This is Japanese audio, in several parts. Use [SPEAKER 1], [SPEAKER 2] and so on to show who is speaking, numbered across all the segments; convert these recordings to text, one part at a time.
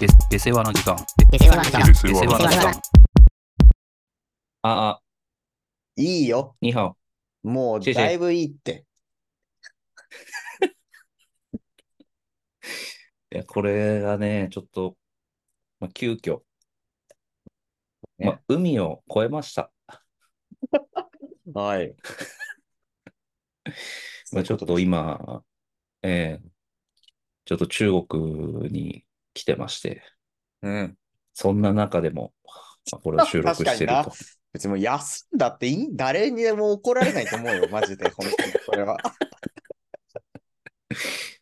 [SPEAKER 1] で、で世話の時間。
[SPEAKER 2] で世話の時間。
[SPEAKER 1] で世話の時間。ああ、
[SPEAKER 3] いいよ。
[SPEAKER 1] ニハオ。
[SPEAKER 3] もう、
[SPEAKER 1] シェシェ
[SPEAKER 3] だいぶいいって。
[SPEAKER 1] いや、これがね、ちょっと、まあ、急遽、まあ、海を越えました。
[SPEAKER 3] はい。
[SPEAKER 1] まあ、ちょっと今、ええちょっと中国に来てまして、
[SPEAKER 3] うん。
[SPEAKER 1] そんな中でも、まあこれを収録
[SPEAKER 3] 確か
[SPEAKER 1] し
[SPEAKER 3] に
[SPEAKER 1] てる
[SPEAKER 3] な
[SPEAKER 1] と。
[SPEAKER 3] 別にもう休んだっていい誰にでも怒られないと思 うよ、マジで。本当にこれは。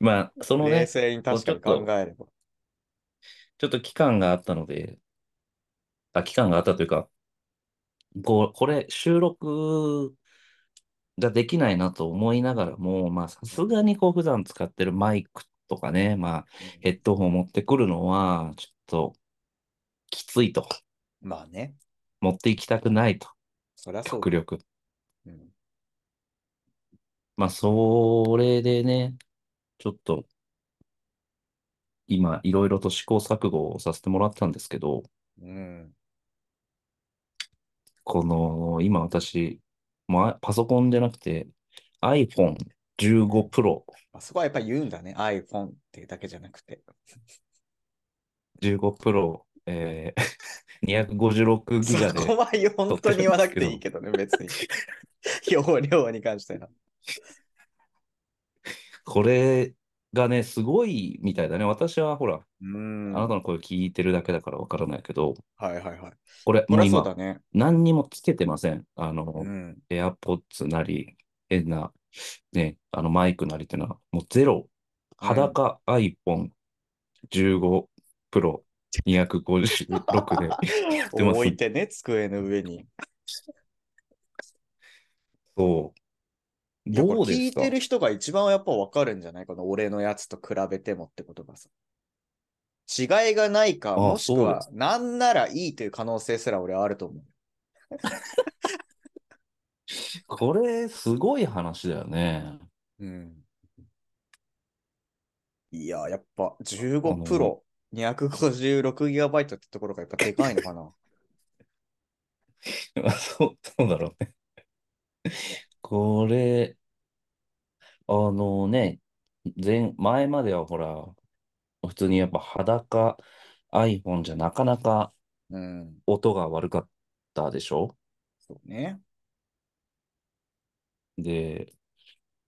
[SPEAKER 1] まあ、その
[SPEAKER 3] 冷
[SPEAKER 1] ね、
[SPEAKER 3] 静に確かに考えれば。
[SPEAKER 1] ちょっと期間があったので、あ、期間があったというか、こう、これ収録ができないなと思いながらも、まあさすがにこう普段使ってるマイクとかね、まあヘッドホンを持ってくるのはちょっときついと、
[SPEAKER 3] まあね。
[SPEAKER 1] 持っていきたくないと、
[SPEAKER 3] そりゃそう
[SPEAKER 1] 極
[SPEAKER 3] だ。
[SPEAKER 1] 力。
[SPEAKER 3] うん
[SPEAKER 1] まあそれでね、ちょっと今いろいろと試行錯誤をさせてもらったんですけど、
[SPEAKER 3] うん。
[SPEAKER 1] この、今私、まあ、パソコンじゃなくて iPhone15 Pro、
[SPEAKER 3] あそこはやっぱ言うんだね。iPhone っていうだけじゃなくて。
[SPEAKER 1] 15 Pro、えー、256ギガ
[SPEAKER 3] そこ
[SPEAKER 1] で、
[SPEAKER 3] は本当に言わなくていいけ どね、別に。容量に関しては。
[SPEAKER 1] これがね、すごいみたいだね。私はほら、
[SPEAKER 3] うん。
[SPEAKER 1] あなたの声聞いてるだけだからわからないけど、
[SPEAKER 3] はいはいはい。
[SPEAKER 1] これ、
[SPEAKER 3] そ
[SPEAKER 1] もう
[SPEAKER 3] りゃそう
[SPEAKER 1] 今、
[SPEAKER 3] だね。
[SPEAKER 1] 何にもつけてません。あ
[SPEAKER 3] う
[SPEAKER 1] の、
[SPEAKER 3] ん。
[SPEAKER 1] AirPods なり、変な、ね、あのマイクなりっていうのは、もうゼロ、裸 iPhone15 Pro、256で。でもす
[SPEAKER 3] 置いてね、机の上に。
[SPEAKER 1] そう。
[SPEAKER 3] いやこれ
[SPEAKER 1] どうです
[SPEAKER 3] 聞い
[SPEAKER 1] か
[SPEAKER 3] てる人が一番やっぱ分かるんじゃないこの俺のやつと比べてもってことがさ。違いがないか、
[SPEAKER 1] あ
[SPEAKER 3] もしく
[SPEAKER 1] そうで
[SPEAKER 3] は、なんならいいという可能性すら俺はあると思う。
[SPEAKER 1] これ、すごい話だよね。
[SPEAKER 3] うん。いや、やっぱ
[SPEAKER 1] あ
[SPEAKER 3] 15
[SPEAKER 1] の
[SPEAKER 3] プロ、256GB ってところがやっぱでかいのかな。
[SPEAKER 1] あ そう、そうだろうね。 これ、あのね、前、前まではほら、普通にやっぱ裸 iPhone じゃなかなか
[SPEAKER 3] うん。
[SPEAKER 1] 音が悪かったでしょ
[SPEAKER 3] そうね。
[SPEAKER 1] で、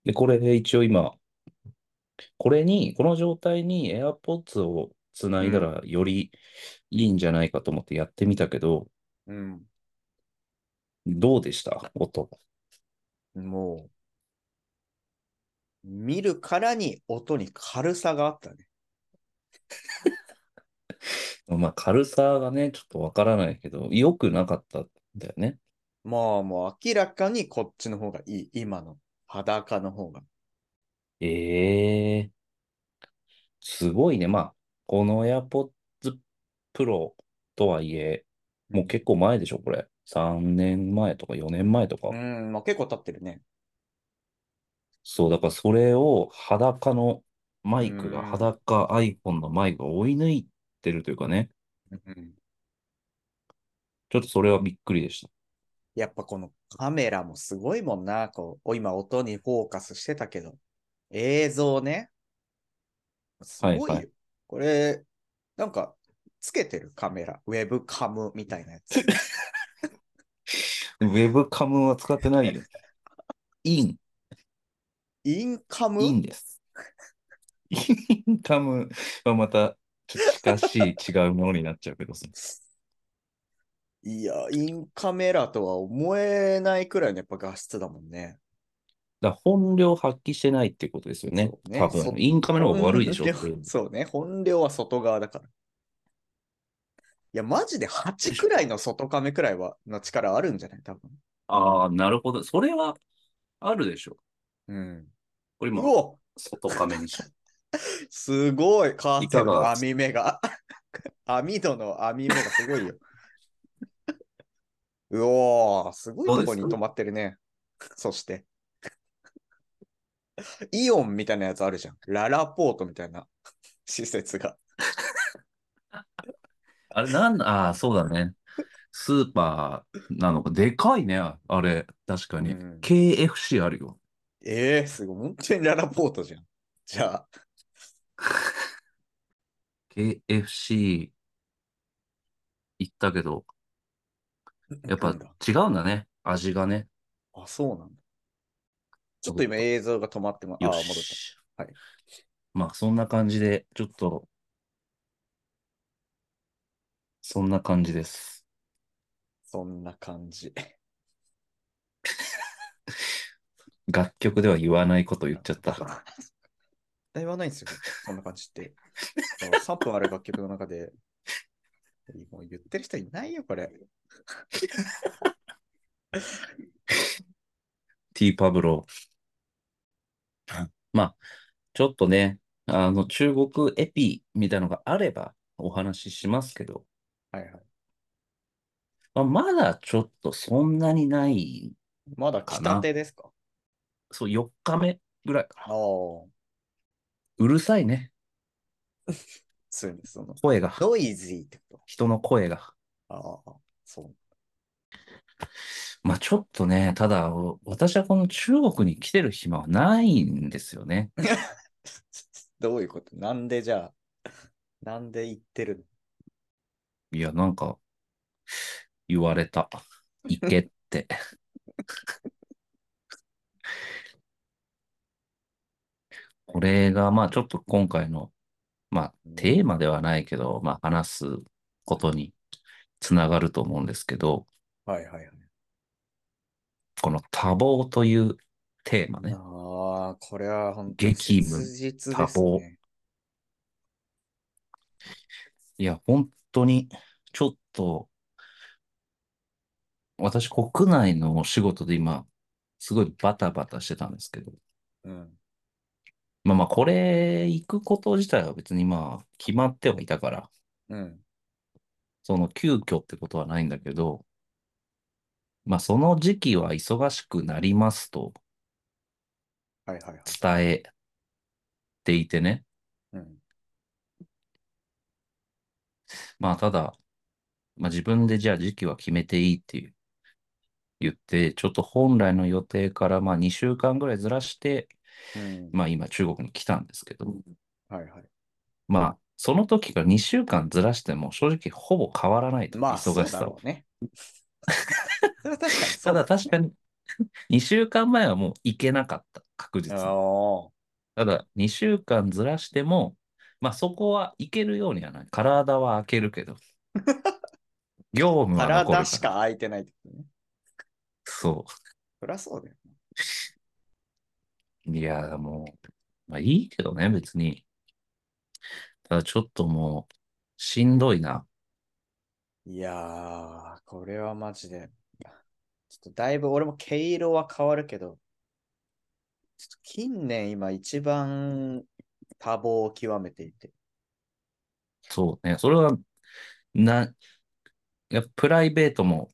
[SPEAKER 1] で、これ一応今、これに、この状態に AirPods をつないだらよりいいんじゃないかと思ってやってみたけど、
[SPEAKER 3] うん。
[SPEAKER 1] どうでした音。
[SPEAKER 3] もう、見るからに音に軽さがあったね。
[SPEAKER 1] まあ軽さがね、ちょっとわからないけど、良くなかったんだよね。
[SPEAKER 3] まあもう明らかにこっちの方がいい。今の裸の方が。
[SPEAKER 1] ええすごいね。まあ、この AirPods Pro とはいえ、もう結構前でしょ、これ。3年前とか4年前とか
[SPEAKER 3] う。ん、まあ結構経ってるね。
[SPEAKER 1] そう、だからそれを裸のマイクが、
[SPEAKER 3] うん
[SPEAKER 1] 裸 iPhone のマイクが追い抜いてるというかね、
[SPEAKER 3] うん
[SPEAKER 1] ちょっとそれはびっくりでした。
[SPEAKER 3] やっぱこのカメラもすごいもんな。こう、今音にフォーカスしてたけど、映像ね。すごいよ。
[SPEAKER 1] はいはい
[SPEAKER 3] これ、なんか、つけてるカメラ。ウェブカムみたいなや つ。
[SPEAKER 1] ウェブカムは使ってない よ。イン、
[SPEAKER 3] インカム
[SPEAKER 1] インです。インカムはまた、ちょっと近しい違うものになっちゃうけどさ。
[SPEAKER 3] いや、インカメラとは思えないくらいのやっぱ画質だもんね。
[SPEAKER 1] だから本領発揮してないっていうことですよね
[SPEAKER 3] そ。うね
[SPEAKER 1] 多
[SPEAKER 3] そ
[SPEAKER 1] 分。
[SPEAKER 3] う
[SPEAKER 1] インカメの方が悪いでしょ。
[SPEAKER 3] 本領そうね、本領は外側だから。いや、マジで8くらいの外カメくらいはの力あるんじゃない多分。
[SPEAKER 1] ああ、なるほど。それは、あるでしょ。
[SPEAKER 3] うん。
[SPEAKER 1] これ
[SPEAKER 3] う
[SPEAKER 1] 今、
[SPEAKER 3] お
[SPEAKER 1] 外カメにし
[SPEAKER 3] すごいカーテン
[SPEAKER 1] いか
[SPEAKER 3] の
[SPEAKER 1] が
[SPEAKER 3] 網目が。網戸の網目がすごいよ。 うおー、すごいとこに
[SPEAKER 1] どうです
[SPEAKER 3] 止まってるね。そして。イオンみたいなやつあるじゃん。ララポートみたいな施設が。
[SPEAKER 1] あれ、なん、ああ、そうだね。スーパーなのか、でかいね、あれ、確か
[SPEAKER 3] う
[SPEAKER 1] に。
[SPEAKER 3] ん。
[SPEAKER 1] KFC あるよ。
[SPEAKER 3] ええすごい。本当にララポートじゃん。じゃあ、
[SPEAKER 1] KFC 行ったけど、やっ
[SPEAKER 3] な
[SPEAKER 1] ぱ
[SPEAKER 3] んだ。
[SPEAKER 1] 違うんだね、味がね。
[SPEAKER 3] あ、そうなんだ。ちょっと
[SPEAKER 1] 戻っ
[SPEAKER 3] 今
[SPEAKER 1] た。
[SPEAKER 3] 映像が止まっても、
[SPEAKER 1] よ
[SPEAKER 3] ああ、戻った。
[SPEAKER 1] し。
[SPEAKER 3] はい。
[SPEAKER 1] まあ、そんな感じで、ちょっと、そんな感じです。
[SPEAKER 3] そんな感じ。
[SPEAKER 1] 楽曲では言わないこと言っちゃった。
[SPEAKER 3] 言わないんですよ。そんな感じって。だから3分ある楽曲の中で、もう言ってる人いないよ、これ。
[SPEAKER 1] T パブロ。まあ、ちょっとね、あの、中国エピみたいなのがあればお話ししますけど、
[SPEAKER 3] はいはい。
[SPEAKER 1] まあ、まだちょっとそんなにない
[SPEAKER 3] まだ
[SPEAKER 1] か
[SPEAKER 3] 来た
[SPEAKER 1] な。
[SPEAKER 3] てですか
[SPEAKER 1] そう、4日目ぐらいか
[SPEAKER 3] ああ
[SPEAKER 1] な。
[SPEAKER 3] ー、
[SPEAKER 1] うるさいね、
[SPEAKER 3] そうです。その、
[SPEAKER 1] 声が。
[SPEAKER 3] ノイズーってこ
[SPEAKER 1] 人の声が。
[SPEAKER 3] と。ああ、そう。
[SPEAKER 1] まあちょっとね、ただ、お私はこの中国に来てる暇はないんですよね。
[SPEAKER 3] どういうことなんでじゃあ、なんで言ってる
[SPEAKER 1] いや、なんか言われた。行けって。 これが、まあちょっと今回の、まあ
[SPEAKER 3] の、う
[SPEAKER 1] テー
[SPEAKER 3] ん、
[SPEAKER 1] マではないけど、まあ話すことにつながると思うんですけど、
[SPEAKER 3] はいはいはい。
[SPEAKER 1] この多忙というテーマね。
[SPEAKER 3] ああ、これは本当に
[SPEAKER 1] 激
[SPEAKER 3] 切
[SPEAKER 1] 務、
[SPEAKER 3] 実
[SPEAKER 1] 多
[SPEAKER 3] です
[SPEAKER 1] 忙。
[SPEAKER 3] ね。
[SPEAKER 1] いや、本当に、ちょっと、私国内のお仕事で今、すごいバタバタしてたんですけど、
[SPEAKER 3] うん。
[SPEAKER 1] まあまあ、これ、行くこと自体は別にまあ、決まってはいたから、
[SPEAKER 3] うん。
[SPEAKER 1] その急遽ってことはないんだけど、まあ、その時期は忙しくなりますと
[SPEAKER 3] はいはいはい。
[SPEAKER 1] 伝えていてね。
[SPEAKER 3] うん。
[SPEAKER 1] まあ、ただ、まあ自分でじゃあ時期は決めていいっていう言って、ちょっと本来の予定からまあ2週間ぐらいずらして、
[SPEAKER 3] うん。
[SPEAKER 1] まあ今中国に来たんですけど、うん
[SPEAKER 3] はいはい。
[SPEAKER 1] まあ、その時から2週間ずらしても正直ほぼ変わらないと、
[SPEAKER 3] まあ、
[SPEAKER 1] 忙
[SPEAKER 3] そう
[SPEAKER 1] し
[SPEAKER 3] だ
[SPEAKER 1] さは。
[SPEAKER 3] ろ うね。それ
[SPEAKER 1] ただ
[SPEAKER 3] は確かにそうだ
[SPEAKER 1] 確かに2週間前はもう行けなかった、確
[SPEAKER 3] ね。
[SPEAKER 1] 実に。
[SPEAKER 3] ああ。
[SPEAKER 1] ただ2週間ずらしても、まあそこは行けるようにはない。体は空ける けど、業務は残
[SPEAKER 3] 体
[SPEAKER 1] る
[SPEAKER 3] し
[SPEAKER 1] か。
[SPEAKER 3] から空いてないってことね。
[SPEAKER 1] そ
[SPEAKER 3] そりゃそうだよ。
[SPEAKER 1] う。いや、もう、まあいいけどね、別に。ただちょっともう、しんどいな。
[SPEAKER 3] いやー、これはマジで。ちょっとだいぶ俺も毛色は変わるけど、ちょっと近年今一番多忙を極めていて。
[SPEAKER 1] そうね。それは、な、やっぱプライベートも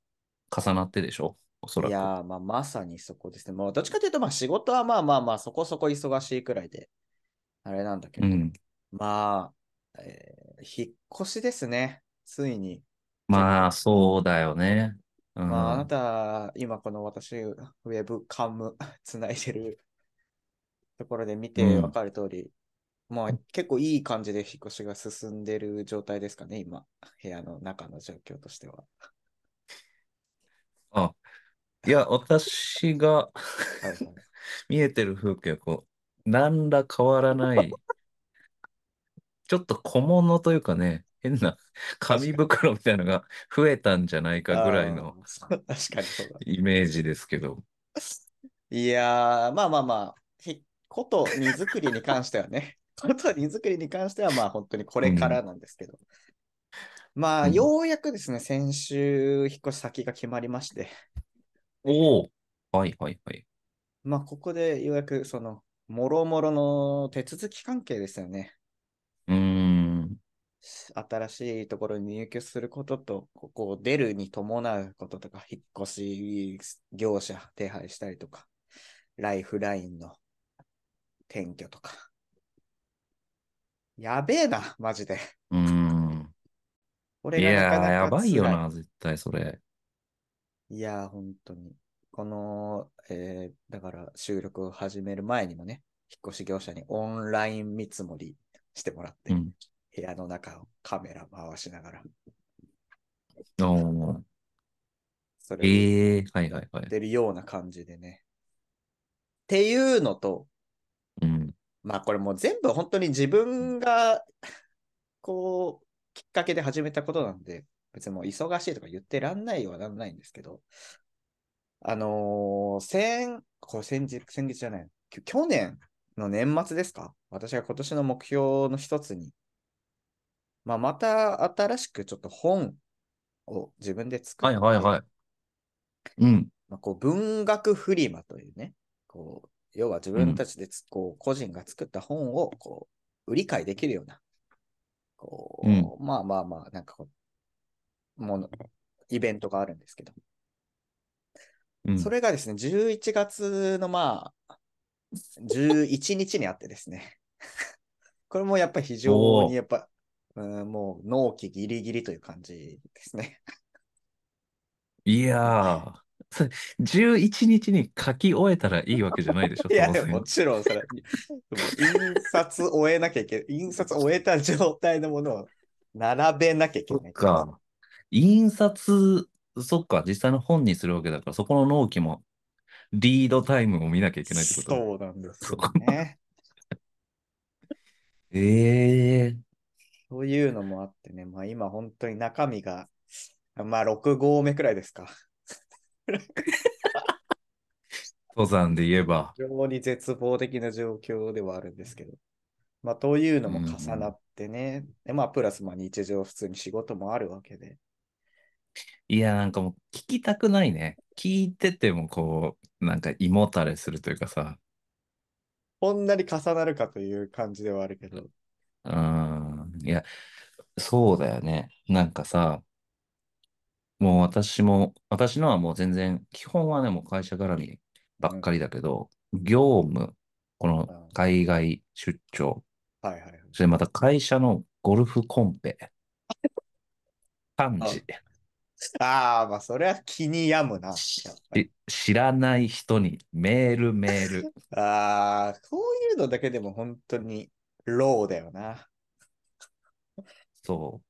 [SPEAKER 1] 重なってでしょおそ
[SPEAKER 3] い
[SPEAKER 1] らく。
[SPEAKER 3] やー、まあまさにそこですね。もうどっちかというと、まあ仕事はまあまあまあそこそこ忙しいくらいで、あれなんだけ
[SPEAKER 1] う
[SPEAKER 3] れど。
[SPEAKER 1] ん。
[SPEAKER 3] まあ、えー引っ越しですね。ついに去
[SPEAKER 1] まあ、
[SPEAKER 3] 年。
[SPEAKER 1] そうだよね。う。
[SPEAKER 3] まああなんた、今この私、ウェブカム つないでるところで見
[SPEAKER 1] う
[SPEAKER 3] てわ
[SPEAKER 1] ん。
[SPEAKER 3] かる通り、まあ結構いい感じで引っ越しが進んでる状態ですかね、今。部屋の中の状況 としては。
[SPEAKER 1] あ、いや、私が
[SPEAKER 3] はいはい。
[SPEAKER 1] 見えてる風景はこう、何ら変わらない、ちょっと小物というかね、変な紙
[SPEAKER 3] 確かに。
[SPEAKER 1] 袋みたいなのが増えたんじゃないかぐらい
[SPEAKER 3] あ
[SPEAKER 1] の
[SPEAKER 3] あ、そう 確かにそうだ。
[SPEAKER 1] イメージですけど。
[SPEAKER 3] いやー、まあまあまあ、ひこと荷造りに関してはね、 こと荷造りに関してはまあ本当にこ
[SPEAKER 1] う
[SPEAKER 3] れか
[SPEAKER 1] ん。
[SPEAKER 3] らなんですけど。ま
[SPEAKER 1] う
[SPEAKER 3] あ、
[SPEAKER 1] ん。
[SPEAKER 3] ようやくですね、先週、引っ越し先が決まりまして、
[SPEAKER 1] おお。はいはいはい。
[SPEAKER 3] まあ、ここでようやく、その、もろもろの手続き関係ですよね。
[SPEAKER 1] うーん。
[SPEAKER 3] 新しいところに入居することと、ここを出るに伴うこととか、引っ越し業者手配したりとか、ライフラインの転居とか。やべえな、マジで。
[SPEAKER 1] うーん。
[SPEAKER 3] こ
[SPEAKER 1] い
[SPEAKER 3] れがなか
[SPEAKER 1] やー、
[SPEAKER 3] な
[SPEAKER 1] や
[SPEAKER 3] か
[SPEAKER 1] ばいよ
[SPEAKER 3] 辛い。
[SPEAKER 1] な、絶対それ。
[SPEAKER 3] いやー、本当に。この、えーだから収録を始める前にもね、引っ越し業者にオンライン見積もりしてもらっ
[SPEAKER 1] う
[SPEAKER 3] て、
[SPEAKER 1] ん。
[SPEAKER 3] 部屋の中をカメラ回しながら、
[SPEAKER 1] おー。
[SPEAKER 3] それをや
[SPEAKER 1] ええー、はいはいは
[SPEAKER 3] っ
[SPEAKER 1] い。
[SPEAKER 3] てるような感じでね。っていうのと、
[SPEAKER 1] うん。
[SPEAKER 3] まあこれもう全部本当に自分が、 こう、きっかけで始めたことなんで、別にもう忙しいとか言ってらんないようはなんないんですけど、あのー先、これ先日、先日じゃない、き去年の年末ですか私が今年の目標の一つに、まあ、また新しくちょっと本を自分で作っ
[SPEAKER 1] はいはい
[SPEAKER 3] て、
[SPEAKER 1] はい。うん。
[SPEAKER 3] まあ、こう文学フリマというね、こう要は自
[SPEAKER 1] う
[SPEAKER 3] 分
[SPEAKER 1] ん。
[SPEAKER 3] たちでつこう個人が作った本をこう売り買いできるような、
[SPEAKER 1] うん。
[SPEAKER 3] こうまあまあまあ、なんかこう、もの、イベントがあるんですけど、
[SPEAKER 1] う
[SPEAKER 3] そ
[SPEAKER 1] ん。
[SPEAKER 3] れがですね、11月のまあ、11日にあってですね、 これもやっぱ非常
[SPEAKER 1] お
[SPEAKER 3] に
[SPEAKER 1] ー。
[SPEAKER 3] やっぱ、うんもう納期ギリギリという感じですね。
[SPEAKER 1] いやー。それ11日に書き終えたらいいわけじゃないでしょ、
[SPEAKER 3] いや、
[SPEAKER 1] 当
[SPEAKER 3] でもも
[SPEAKER 1] 然。
[SPEAKER 3] ちろんそれ、もう印刷終えなきゃいけない、印刷終えた状態のものを並べなきゃいけ
[SPEAKER 1] そっ
[SPEAKER 3] ないっていう。
[SPEAKER 1] か。印刷、そっか、実際の本にするわけだから、そこの納期も、リードタイムを見なきゃいけないってことね。
[SPEAKER 3] そうなんです
[SPEAKER 1] そ
[SPEAKER 3] よ
[SPEAKER 1] こ
[SPEAKER 3] ね。
[SPEAKER 1] ええ
[SPEAKER 3] そういうのもあってね、まあ今本当に中身が、まあ6合目くらいですか。
[SPEAKER 1] 登山で言えば。
[SPEAKER 3] 非常に絶望的な状況ではあるんですけど。まあ、というの
[SPEAKER 1] う。
[SPEAKER 3] も重なんってね。でまあ、プラス、まあ、日常普通に仕事もあるわけで。
[SPEAKER 1] いや、なんかもう聞きたくないね。聞いててもこう、なんか胃もたれするというかさ。
[SPEAKER 3] こんなに重なるかという感じではあるけど。
[SPEAKER 1] うん。いや、そうだよね。なんかさ、もう私も、私のはもう全然、基本はね、もう会社絡みば
[SPEAKER 3] う
[SPEAKER 1] っ
[SPEAKER 3] ん。
[SPEAKER 1] かりだけど、業務、こ
[SPEAKER 3] う
[SPEAKER 1] の
[SPEAKER 3] ん
[SPEAKER 1] 海外出張、
[SPEAKER 3] はいはいはい。
[SPEAKER 1] それまた会社のゴルフコンペ、幹
[SPEAKER 3] あ
[SPEAKER 1] 事、
[SPEAKER 3] あー、まあ、それは気に病むな。やっ
[SPEAKER 1] し
[SPEAKER 3] ぱり。
[SPEAKER 1] 知らない人にメールメール。
[SPEAKER 3] ああ、こういうのだけでも本当にローだよな。
[SPEAKER 1] そ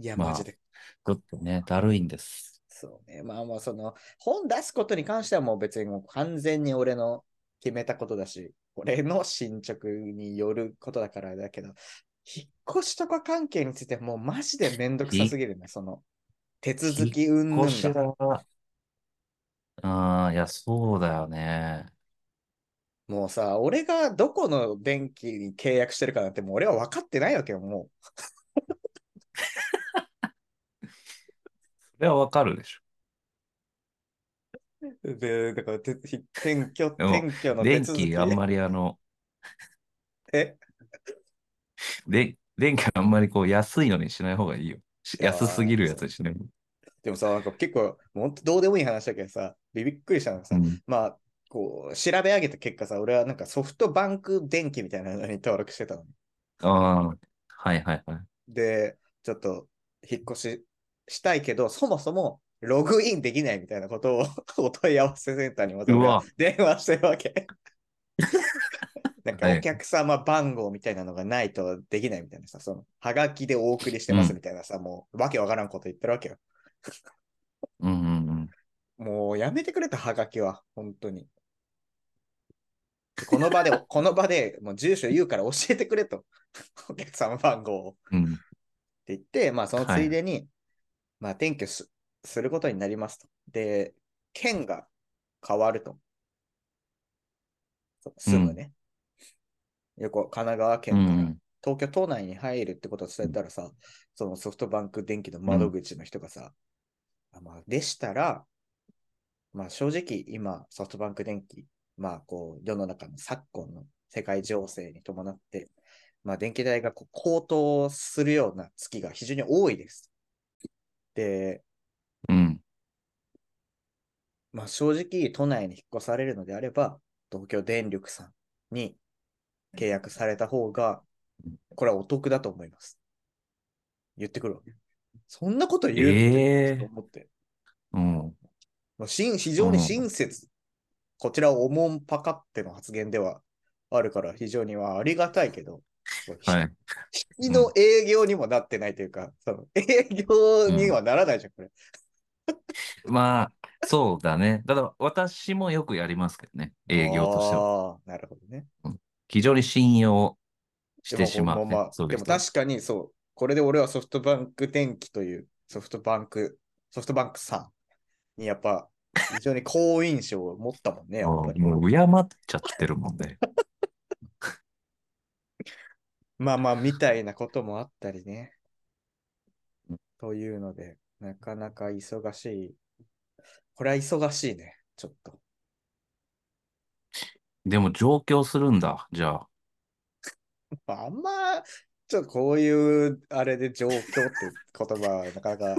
[SPEAKER 3] いや、
[SPEAKER 1] う。
[SPEAKER 3] マジ
[SPEAKER 1] ま
[SPEAKER 3] で。
[SPEAKER 1] あ、ちょっとね、だるいんです。
[SPEAKER 3] そうね。まあまあ、その、本出すことに関してはもう別にもう完全に俺の決めたことだし、俺の進捗によることだからだけど、引っ越しとか関係についてはもうマジでめんどくさ
[SPEAKER 1] ひ
[SPEAKER 3] すぎるね。その、手続
[SPEAKER 1] 引
[SPEAKER 3] き云
[SPEAKER 1] っ越し
[SPEAKER 3] 々が。
[SPEAKER 1] だ。ああ、いや、そうだよね。
[SPEAKER 3] もうさ、俺がどこの電気に契約してるかなんてもう俺は分かってないわけよ、もう。
[SPEAKER 1] それはわかるでしょ。
[SPEAKER 3] で、だからて、ひ転居、
[SPEAKER 1] でも、
[SPEAKER 3] 転居の手
[SPEAKER 1] 電
[SPEAKER 3] 続
[SPEAKER 1] 気あん
[SPEAKER 3] き、
[SPEAKER 1] まりあの、
[SPEAKER 3] え、
[SPEAKER 1] で、電気あんまりこう安いのにしない方がいいよ。し
[SPEAKER 3] いや
[SPEAKER 1] 安すぎ
[SPEAKER 3] ー、
[SPEAKER 1] るやつ
[SPEAKER 3] そ
[SPEAKER 1] に
[SPEAKER 3] う。
[SPEAKER 1] しない方がいい。
[SPEAKER 3] でもさ、なんか結構、ほんとどうでもいい話だけどさ、びっくりしたのが
[SPEAKER 1] う
[SPEAKER 3] さ、
[SPEAKER 1] ん。
[SPEAKER 3] まあ、こう、調べ上げた結果さ、俺はなんかソフトバンク電気みたいなのに登録してたの。
[SPEAKER 1] ああ、はいはいはい。
[SPEAKER 3] で、ちょっと、引っ越ししたいけど、そもそも、ログインできないみたいなことを お問い合わせセンターにまず
[SPEAKER 1] う
[SPEAKER 3] 俺は
[SPEAKER 1] わ、
[SPEAKER 3] 電話してるわ け。なんか
[SPEAKER 1] は
[SPEAKER 3] お
[SPEAKER 1] い。
[SPEAKER 3] 客様番号みたいなのがないとできないみたいなさ、その、はがきでお送りして
[SPEAKER 1] う
[SPEAKER 3] ます
[SPEAKER 1] ん、
[SPEAKER 3] みたいなさ、もう、わけわからんこと言ってるわけよ。
[SPEAKER 1] うん、うんうん。
[SPEAKER 3] もうやめてくれたはがきは、本当に。でこの場で、この場でもう住所言うから教えてくれと。お客様番号を。っ
[SPEAKER 1] うん。
[SPEAKER 3] て言って、まあその
[SPEAKER 1] は
[SPEAKER 3] つい
[SPEAKER 1] い。
[SPEAKER 3] でに、まあ転居すすることになりますと。で、県が変わると。そう住む
[SPEAKER 1] ん、
[SPEAKER 3] ね。横、神奈川
[SPEAKER 1] う
[SPEAKER 3] 県から
[SPEAKER 1] ん、
[SPEAKER 3] 東京都内に入るってことを伝えたらさ、そのソフトバンク電気の
[SPEAKER 1] う
[SPEAKER 3] 窓
[SPEAKER 1] ん、
[SPEAKER 3] 口の人がさ、あまあ、でしたら、まあ正直今ソフトバンク電気、まあこう世の中の昨今の世界情勢に伴って、まあ電気代がこう高騰するような月が非常に多いです。で、
[SPEAKER 1] うん。
[SPEAKER 3] まあ正直都内に引っ越されるのであれば、東京電力さんに契約された方が、これはお得だと思います。言ってくるわけ。そんなこと言うのって
[SPEAKER 1] え
[SPEAKER 3] ちょっ
[SPEAKER 1] え
[SPEAKER 3] と思って。
[SPEAKER 1] うん。
[SPEAKER 3] まあ、しん非
[SPEAKER 1] う
[SPEAKER 3] 常に
[SPEAKER 1] ん。
[SPEAKER 3] 親切、こちらをおもんぱかっての発言ではあるから、非常にはありがたいけど、こうひ
[SPEAKER 1] はい。
[SPEAKER 3] 引き
[SPEAKER 1] う
[SPEAKER 3] の
[SPEAKER 1] ん。
[SPEAKER 3] 営業にもなってないというか、その営業
[SPEAKER 1] う
[SPEAKER 3] に
[SPEAKER 1] ん。
[SPEAKER 3] はならないじゃん、これ。
[SPEAKER 1] まあ、そうだね。ただ、私もよくやりますけどね。営業としては。
[SPEAKER 3] ああ、なるほどね。
[SPEAKER 1] うん非常に信用し
[SPEAKER 3] で
[SPEAKER 1] て
[SPEAKER 3] も、
[SPEAKER 1] し
[SPEAKER 3] ほん
[SPEAKER 1] ま
[SPEAKER 3] ま
[SPEAKER 1] う
[SPEAKER 3] ま
[SPEAKER 1] ね。
[SPEAKER 3] あ、
[SPEAKER 1] そうい
[SPEAKER 3] で
[SPEAKER 1] う
[SPEAKER 3] も
[SPEAKER 1] 人は。
[SPEAKER 3] 確かにそう、これで俺はソフトバンク電機というソフトバンク、ソフトバンクさんにやっぱ非常に好印象を持ったもんね、やっ
[SPEAKER 1] も
[SPEAKER 3] ぱ
[SPEAKER 1] う、
[SPEAKER 3] り。
[SPEAKER 1] もう敬っちゃってるもんね。
[SPEAKER 3] まあまあ、みたいなこともあったりね。というので、なかなか忙しい。これは忙しいね、ちょっと。
[SPEAKER 1] でも上京するんだ。じゃあ。
[SPEAKER 3] まああんま、ちょっとこういう、あれで状況っていう言葉は、なかなか、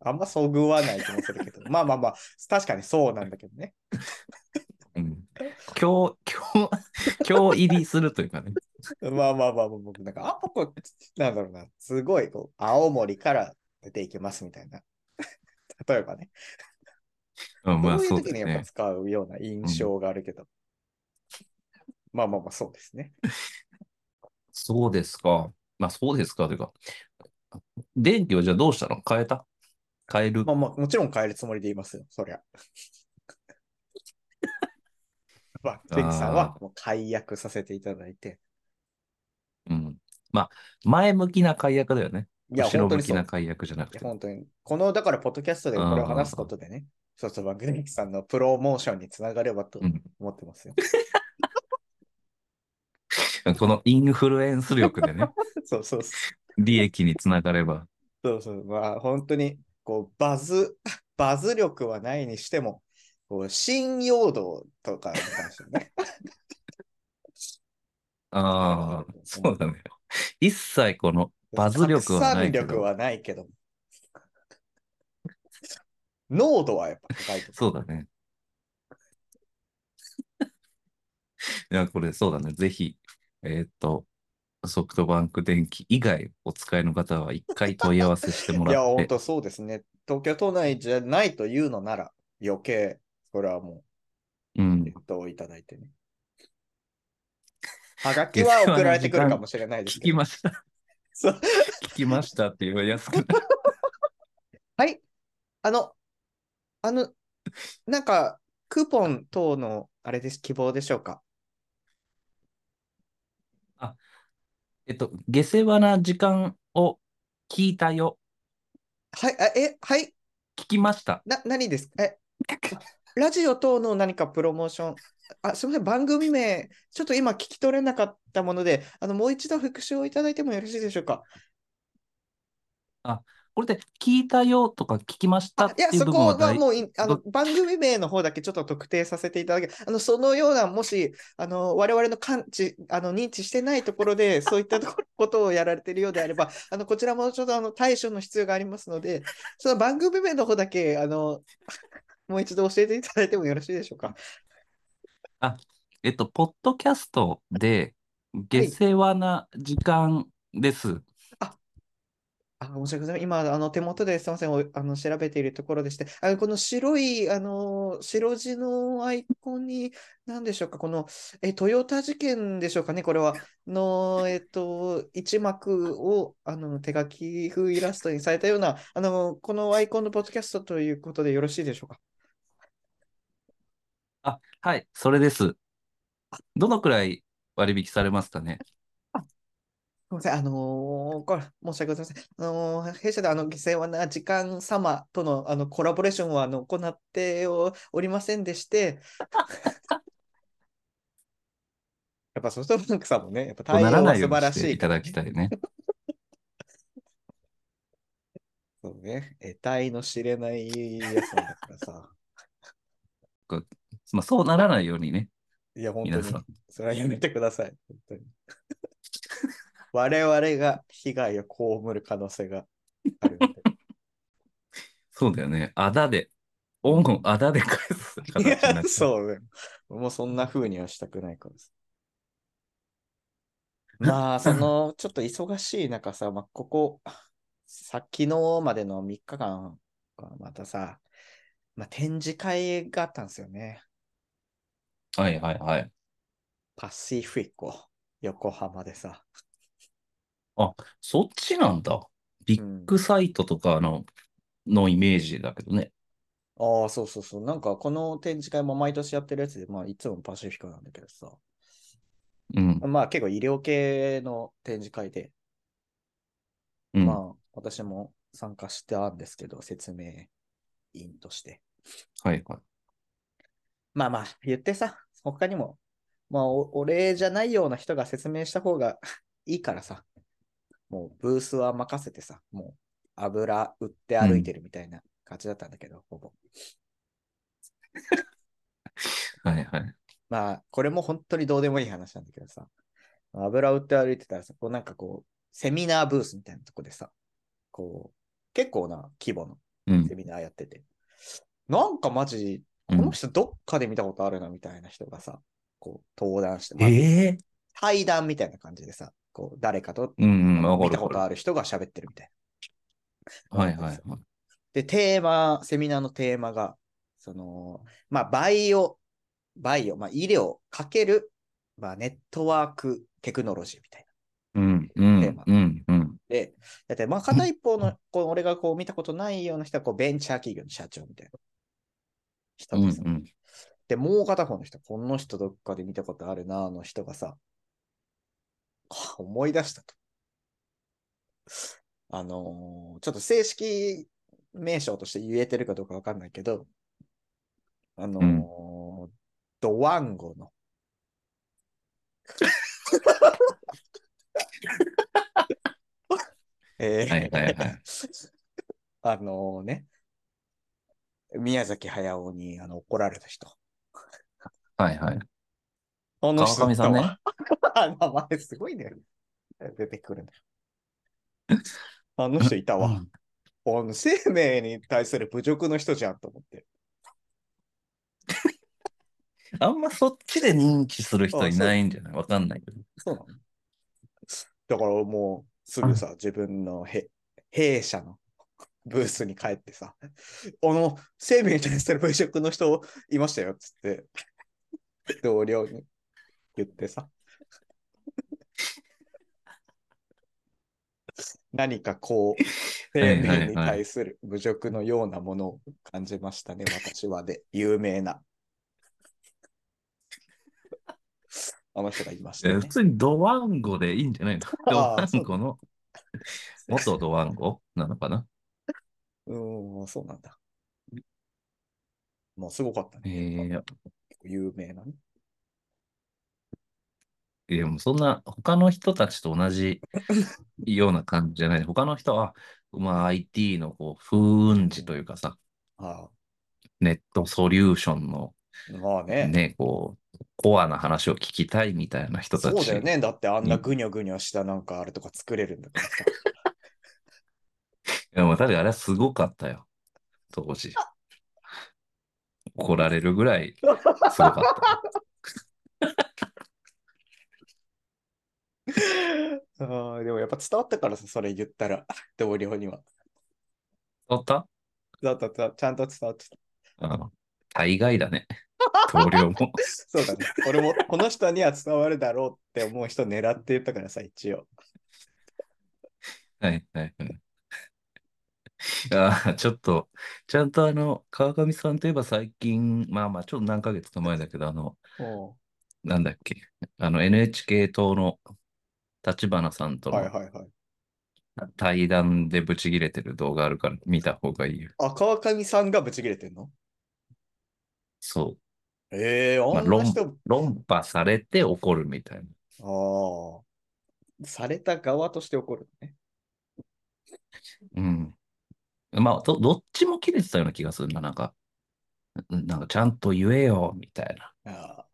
[SPEAKER 3] あんまそぐわない気もするけど。まあまあまあ、確かにそうなんだけどね。
[SPEAKER 1] うん。今日、 今日、今日入りするというかね。
[SPEAKER 3] まあまあまあ、僕なんか、あ、僕、なんだろうな、すごい、こう、青森から出ていきますみたいな。 例えばね。
[SPEAKER 1] うん、まあ
[SPEAKER 3] そ
[SPEAKER 1] そ
[SPEAKER 3] ういう
[SPEAKER 1] う
[SPEAKER 3] 時
[SPEAKER 1] だ
[SPEAKER 3] に
[SPEAKER 1] よ
[SPEAKER 3] やっぱ
[SPEAKER 1] ね。
[SPEAKER 3] 使うような
[SPEAKER 1] う
[SPEAKER 3] 印
[SPEAKER 1] ん。
[SPEAKER 3] 象があるけど。まあまあまあ、そうですね。
[SPEAKER 1] そうですか。まあそうですかというか。電気をじゃあどうしたの変えた変える
[SPEAKER 3] まあまあ、もちろん変えるつもりでいますよ、そりゃ。 まあ、電気さんは
[SPEAKER 1] ああ
[SPEAKER 3] もう解約させていただいて。
[SPEAKER 1] ー、うん。まあ、前向きな解約だよね。
[SPEAKER 3] いや、
[SPEAKER 1] 後
[SPEAKER 3] 本
[SPEAKER 1] ろ
[SPEAKER 3] 当
[SPEAKER 1] 向
[SPEAKER 3] に
[SPEAKER 1] き
[SPEAKER 3] そ
[SPEAKER 1] な
[SPEAKER 3] う。
[SPEAKER 1] 解約じゃなく
[SPEAKER 3] いや、
[SPEAKER 1] て。
[SPEAKER 3] 本当に。この、だから、ポッドキャストでこれを話すこ
[SPEAKER 1] あ
[SPEAKER 3] とでね、ソフトバンク電気さんのプロモーションにつながれば
[SPEAKER 1] あ、う
[SPEAKER 3] と
[SPEAKER 1] ん。
[SPEAKER 3] 思ってますよ。
[SPEAKER 1] このインフルエンス力で ね、
[SPEAKER 3] そうそうそう。
[SPEAKER 1] 利益につながれば。
[SPEAKER 3] そうそう。まあ、本当に、こう、バズ、 バズ力はないにしても、こう、信用度とかに関してね、つなが
[SPEAKER 1] ああ、
[SPEAKER 3] ると思
[SPEAKER 1] そう
[SPEAKER 3] う。
[SPEAKER 1] だね。一切この バズ
[SPEAKER 3] 拡
[SPEAKER 1] 力はな
[SPEAKER 3] 散
[SPEAKER 1] いけ
[SPEAKER 3] 力
[SPEAKER 1] ど、
[SPEAKER 3] はないけど、濃度はやっぱ高いと
[SPEAKER 1] そうだね。 いや、これそうだね。ぜひ、えーっと、ソフトバンク電気以外お使いの方は一回問い合わせしても
[SPEAKER 3] い
[SPEAKER 1] ら
[SPEAKER 3] や、
[SPEAKER 1] っ
[SPEAKER 3] 本
[SPEAKER 1] て、
[SPEAKER 3] 当そうですね。東京都内じゃないというのなら、余計、これはも
[SPEAKER 1] う
[SPEAKER 3] う、
[SPEAKER 1] ん。
[SPEAKER 3] 検討いただいてね。はがき
[SPEAKER 1] 月
[SPEAKER 3] は
[SPEAKER 1] 曜
[SPEAKER 3] 送ら
[SPEAKER 1] の
[SPEAKER 3] れて
[SPEAKER 1] 時
[SPEAKER 3] くるか
[SPEAKER 1] 間、
[SPEAKER 3] もしれないです
[SPEAKER 1] 聞
[SPEAKER 3] け
[SPEAKER 1] き
[SPEAKER 3] ど。
[SPEAKER 1] ました。
[SPEAKER 3] そう
[SPEAKER 1] 聞きましたって言いやすくなる。
[SPEAKER 3] はい。あの、あの、なんか、クーポン等の、あれです、希望でしょうか。
[SPEAKER 1] あ、えっと、下世話な時間を聞いたよ。
[SPEAKER 3] はい、あえ、はい、
[SPEAKER 1] 聞きました。
[SPEAKER 3] な、何ですかえ、あラジオ等の何かプロモーション。あ、すみません、番組名、ちょっと今聞き取れなかったもので、あの、もう一度復習をいただいてもよろしいでしょうか。
[SPEAKER 1] あ、これで聞いたよとか聞きました
[SPEAKER 3] あ、
[SPEAKER 1] っ
[SPEAKER 3] いや、
[SPEAKER 1] ていう
[SPEAKER 3] そ
[SPEAKER 1] 部分は
[SPEAKER 3] こは
[SPEAKER 1] 大、
[SPEAKER 3] もうい、あの、
[SPEAKER 1] ど、
[SPEAKER 3] 番組名の方だけちょっと特定させていただき、あの、そのような、もし、あの、我々の感知、あの、認知してないとこ ろで、そういったところ、ことをやられているようであれば、あの、こちらもちょっと、あの、対処の必要がありますので、その番組名の方だけ、あの、もう一度教えていただいてもよろしいでしょうか。
[SPEAKER 1] あ、えっと、ポッドキャストで
[SPEAKER 3] は
[SPEAKER 1] 下
[SPEAKER 3] い。
[SPEAKER 1] 世話な時間です。
[SPEAKER 3] あ、あ、申し訳ございません。今、あの、手元ですいません。おあの、調べているところでして、あの、この白い、あの、白地のアイコンに、何でしょうか、この、え、豊田事件でしょうかね、これは、の、えっと、一幕を、あの、手書き風イラストにされたような、あの、このアイコンのポッドキャストということでよろしいでしょうか。
[SPEAKER 1] あ、はい、それです。どのくらい割引されますかね。
[SPEAKER 3] あすみません、あのーこれ、申し訳ございません。あのー弊社であの、犠牲はな時間様との、あの、コラボレーションは、あの、行っておりませんでして、 やっぱソフトバンクさんもね、やっぱ
[SPEAKER 1] とな
[SPEAKER 3] 対
[SPEAKER 1] ら
[SPEAKER 3] 応
[SPEAKER 1] な
[SPEAKER 3] はい素
[SPEAKER 1] ように
[SPEAKER 3] 晴
[SPEAKER 1] し
[SPEAKER 3] らしてい
[SPEAKER 1] い
[SPEAKER 3] か
[SPEAKER 1] た
[SPEAKER 3] ら
[SPEAKER 1] だき
[SPEAKER 3] ね。
[SPEAKER 1] たいね。
[SPEAKER 3] そうね。得体の知れないやつなんだからさ。
[SPEAKER 1] こうまあ、そうならないようにね、
[SPEAKER 3] いや、本当
[SPEAKER 1] 皆
[SPEAKER 3] に。
[SPEAKER 1] さん。
[SPEAKER 3] それはやめてください。本当に。 我々が被害を被る可能性があるので。
[SPEAKER 1] そうだよね。あだで、
[SPEAKER 3] う
[SPEAKER 1] 恩を
[SPEAKER 3] ん。
[SPEAKER 1] あだで返す
[SPEAKER 3] いや、
[SPEAKER 1] 形になっちゃう。
[SPEAKER 3] そうね。もうそんな風にはしたくないからさ。まあ、その、ちょっと忙しい中さ、まあ、ここ、さ、昨日までの3日間はまたさ、まあ、展示会があったんですよね。
[SPEAKER 1] はいはいはい。
[SPEAKER 3] パシフィコ、横浜でさ。
[SPEAKER 1] あ、そっちなんだ。ビ
[SPEAKER 3] う
[SPEAKER 1] ッ
[SPEAKER 3] ん。
[SPEAKER 1] グサイトとかの、のイメージだけどね。
[SPEAKER 3] ああ、そうそうそう。なんかこの展示会も毎年やってるやつで、まあいつもパシフィコなんだけどさ。
[SPEAKER 1] うん、
[SPEAKER 3] まあ結構医療系の展示会で、
[SPEAKER 1] うん。
[SPEAKER 3] まあ私も参加したんですけど、説明員として。
[SPEAKER 1] はいはい。
[SPEAKER 3] まあまあ言ってさ、他にも、まあお俺じゃないような人が説明した方が いいからさ、もうブースは任せてさ、もう油売って
[SPEAKER 1] う
[SPEAKER 3] 歩いて
[SPEAKER 1] ん。
[SPEAKER 3] るみたいな感じだったんだけど、ほぼ。
[SPEAKER 1] はいはい。
[SPEAKER 3] まあこれも本当にどうでもいい話なんだけどさ、油売って歩いてたらさ、こうなんかこう、セミナーブースみたいなとこでさ、こう、結構な規模の
[SPEAKER 1] う
[SPEAKER 3] セ
[SPEAKER 1] ん、
[SPEAKER 3] ミナーやってて、なんかマジ、
[SPEAKER 1] う
[SPEAKER 3] この
[SPEAKER 1] ん。
[SPEAKER 3] 人どっかで見たことあるなみたいな人がさ、こう登壇して、まあ、
[SPEAKER 1] ええ
[SPEAKER 3] 対談みたいな感じでさ、こう誰かと
[SPEAKER 1] うん、う
[SPEAKER 3] あ
[SPEAKER 1] ん、
[SPEAKER 3] の
[SPEAKER 1] わか
[SPEAKER 3] 見
[SPEAKER 1] る
[SPEAKER 3] た
[SPEAKER 1] わ
[SPEAKER 3] こ
[SPEAKER 1] か
[SPEAKER 3] と
[SPEAKER 1] る。
[SPEAKER 3] ある人が喋ってるみたい
[SPEAKER 1] は
[SPEAKER 3] な
[SPEAKER 1] い
[SPEAKER 3] 感じで
[SPEAKER 1] はい
[SPEAKER 3] さ。
[SPEAKER 1] はい。
[SPEAKER 3] で、テーマ、セミナーのテーマが、その、まあ、バイオ、バイオ、まあ、医療かける、まあ、ネットワークテクノロジーみたいな
[SPEAKER 1] うん、う
[SPEAKER 3] テー
[SPEAKER 1] ん、
[SPEAKER 3] マ。
[SPEAKER 1] うん、うん。
[SPEAKER 3] で、だって、まあ、片一方の、こう、俺がこう見たことないような人は、こう、ベンチャー企業の社長みたいな人
[SPEAKER 1] うん、
[SPEAKER 3] で
[SPEAKER 1] う
[SPEAKER 3] さ。
[SPEAKER 1] ん。
[SPEAKER 3] で、もう片方の人、この人どっかで見たことあるな、の人がさ、あ思い出したと。あのーちょっと正式名称として言えてるかどうかわかんないけど、あ
[SPEAKER 1] うん。
[SPEAKER 3] のードワンゴの、 え
[SPEAKER 1] はいはいはい。
[SPEAKER 3] ーあのね、宮崎駿にあの怒られた人。
[SPEAKER 1] はいはい。
[SPEAKER 3] この
[SPEAKER 1] 川
[SPEAKER 3] 人だ
[SPEAKER 1] 上さ
[SPEAKER 3] った
[SPEAKER 1] んね。
[SPEAKER 3] わ。あ名前すごいね。出てくるね。あの人いた
[SPEAKER 1] う
[SPEAKER 3] わ。
[SPEAKER 1] ん。
[SPEAKER 3] あの生命に対する侮辱の人じゃんと思って。
[SPEAKER 1] あんまそっちで認知する人
[SPEAKER 3] あ、
[SPEAKER 1] い
[SPEAKER 3] そ
[SPEAKER 1] な
[SPEAKER 3] う、
[SPEAKER 1] いんじゃないわかんないけど。
[SPEAKER 3] そうなの。だからもうす
[SPEAKER 1] う
[SPEAKER 3] ぐ
[SPEAKER 1] ん
[SPEAKER 3] さ、自分のへ弊社の ブースに帰ってさ、あの、生命に対する侮辱の人いましたよっつって、同僚に言ってさ、 何かこう、
[SPEAKER 1] は
[SPEAKER 3] 生
[SPEAKER 1] いは
[SPEAKER 3] 命
[SPEAKER 1] い
[SPEAKER 3] に
[SPEAKER 1] はい。
[SPEAKER 3] 対する侮辱のようなものを感じましたね、私はで、有 名な、あの人がいまし
[SPEAKER 1] え
[SPEAKER 3] た
[SPEAKER 1] 普
[SPEAKER 3] ね。
[SPEAKER 1] 通にドワンゴでいいんじゃないのド
[SPEAKER 3] あ
[SPEAKER 1] ワ
[SPEAKER 3] あ、
[SPEAKER 1] ン
[SPEAKER 3] そう
[SPEAKER 1] ゴの、元ドワンゴなのかな
[SPEAKER 3] うーん、そうなんだ。もうすごかったね、やっぱ。
[SPEAKER 1] ええ
[SPEAKER 3] 結構有名なね。
[SPEAKER 1] いやもうそんな、他の人たちと同じような感じじゃない。他の人は、まあ IT のこう、風雲
[SPEAKER 3] う
[SPEAKER 1] 児
[SPEAKER 3] ん、
[SPEAKER 1] というかさ、
[SPEAKER 3] あ
[SPEAKER 1] ネットソリューションの
[SPEAKER 3] あ、まあね。
[SPEAKER 1] ね、こう、コアな話を聞きたいみたいな人た
[SPEAKER 3] そうだよ
[SPEAKER 1] ち
[SPEAKER 3] ね。だってあんな
[SPEAKER 1] に、
[SPEAKER 3] ぐにょぐにょしたなんかあれとか作れるんだから さ。
[SPEAKER 1] いや、まあ確かにあれはすごかったよ。当時。怒られるぐらいすごかった。
[SPEAKER 3] あーでもやっぱ伝わったからさ、それ言ったら、 同僚には。
[SPEAKER 1] おった
[SPEAKER 3] 伝わった、伝わったちゃんと伝わってた。
[SPEAKER 1] あの、大概だね。同僚 も。
[SPEAKER 3] そうだね。俺もこの人には伝わるだろうって思う人狙って言ったからさ、一応。
[SPEAKER 1] はいはいはい。ああ、ちょっと、ちゃんとあの、川上さんといえば最近、まあまあ、ちょっと何ヶ月か前だけど、あの、
[SPEAKER 3] お
[SPEAKER 1] なんだっけ、あの、NHK 党の立花さんと
[SPEAKER 3] はい
[SPEAKER 1] の
[SPEAKER 3] はいはい。
[SPEAKER 1] 対談でブチギレてる動画あるから見た方がいいよ。
[SPEAKER 3] あ、川上さんがブチ切れてんの
[SPEAKER 1] そ
[SPEAKER 3] ええー、
[SPEAKER 1] う。
[SPEAKER 3] あ
[SPEAKER 1] まあ、
[SPEAKER 3] んな
[SPEAKER 1] 論、
[SPEAKER 3] 人、
[SPEAKER 1] 論破されて怒るみたいな。
[SPEAKER 3] ああ、された側として怒るね。
[SPEAKER 1] うん。まあ、ど、どっちも切れてたような気がするな。なんか、うんなんかちゃんと言えよ、みたいな。
[SPEAKER 3] ああ、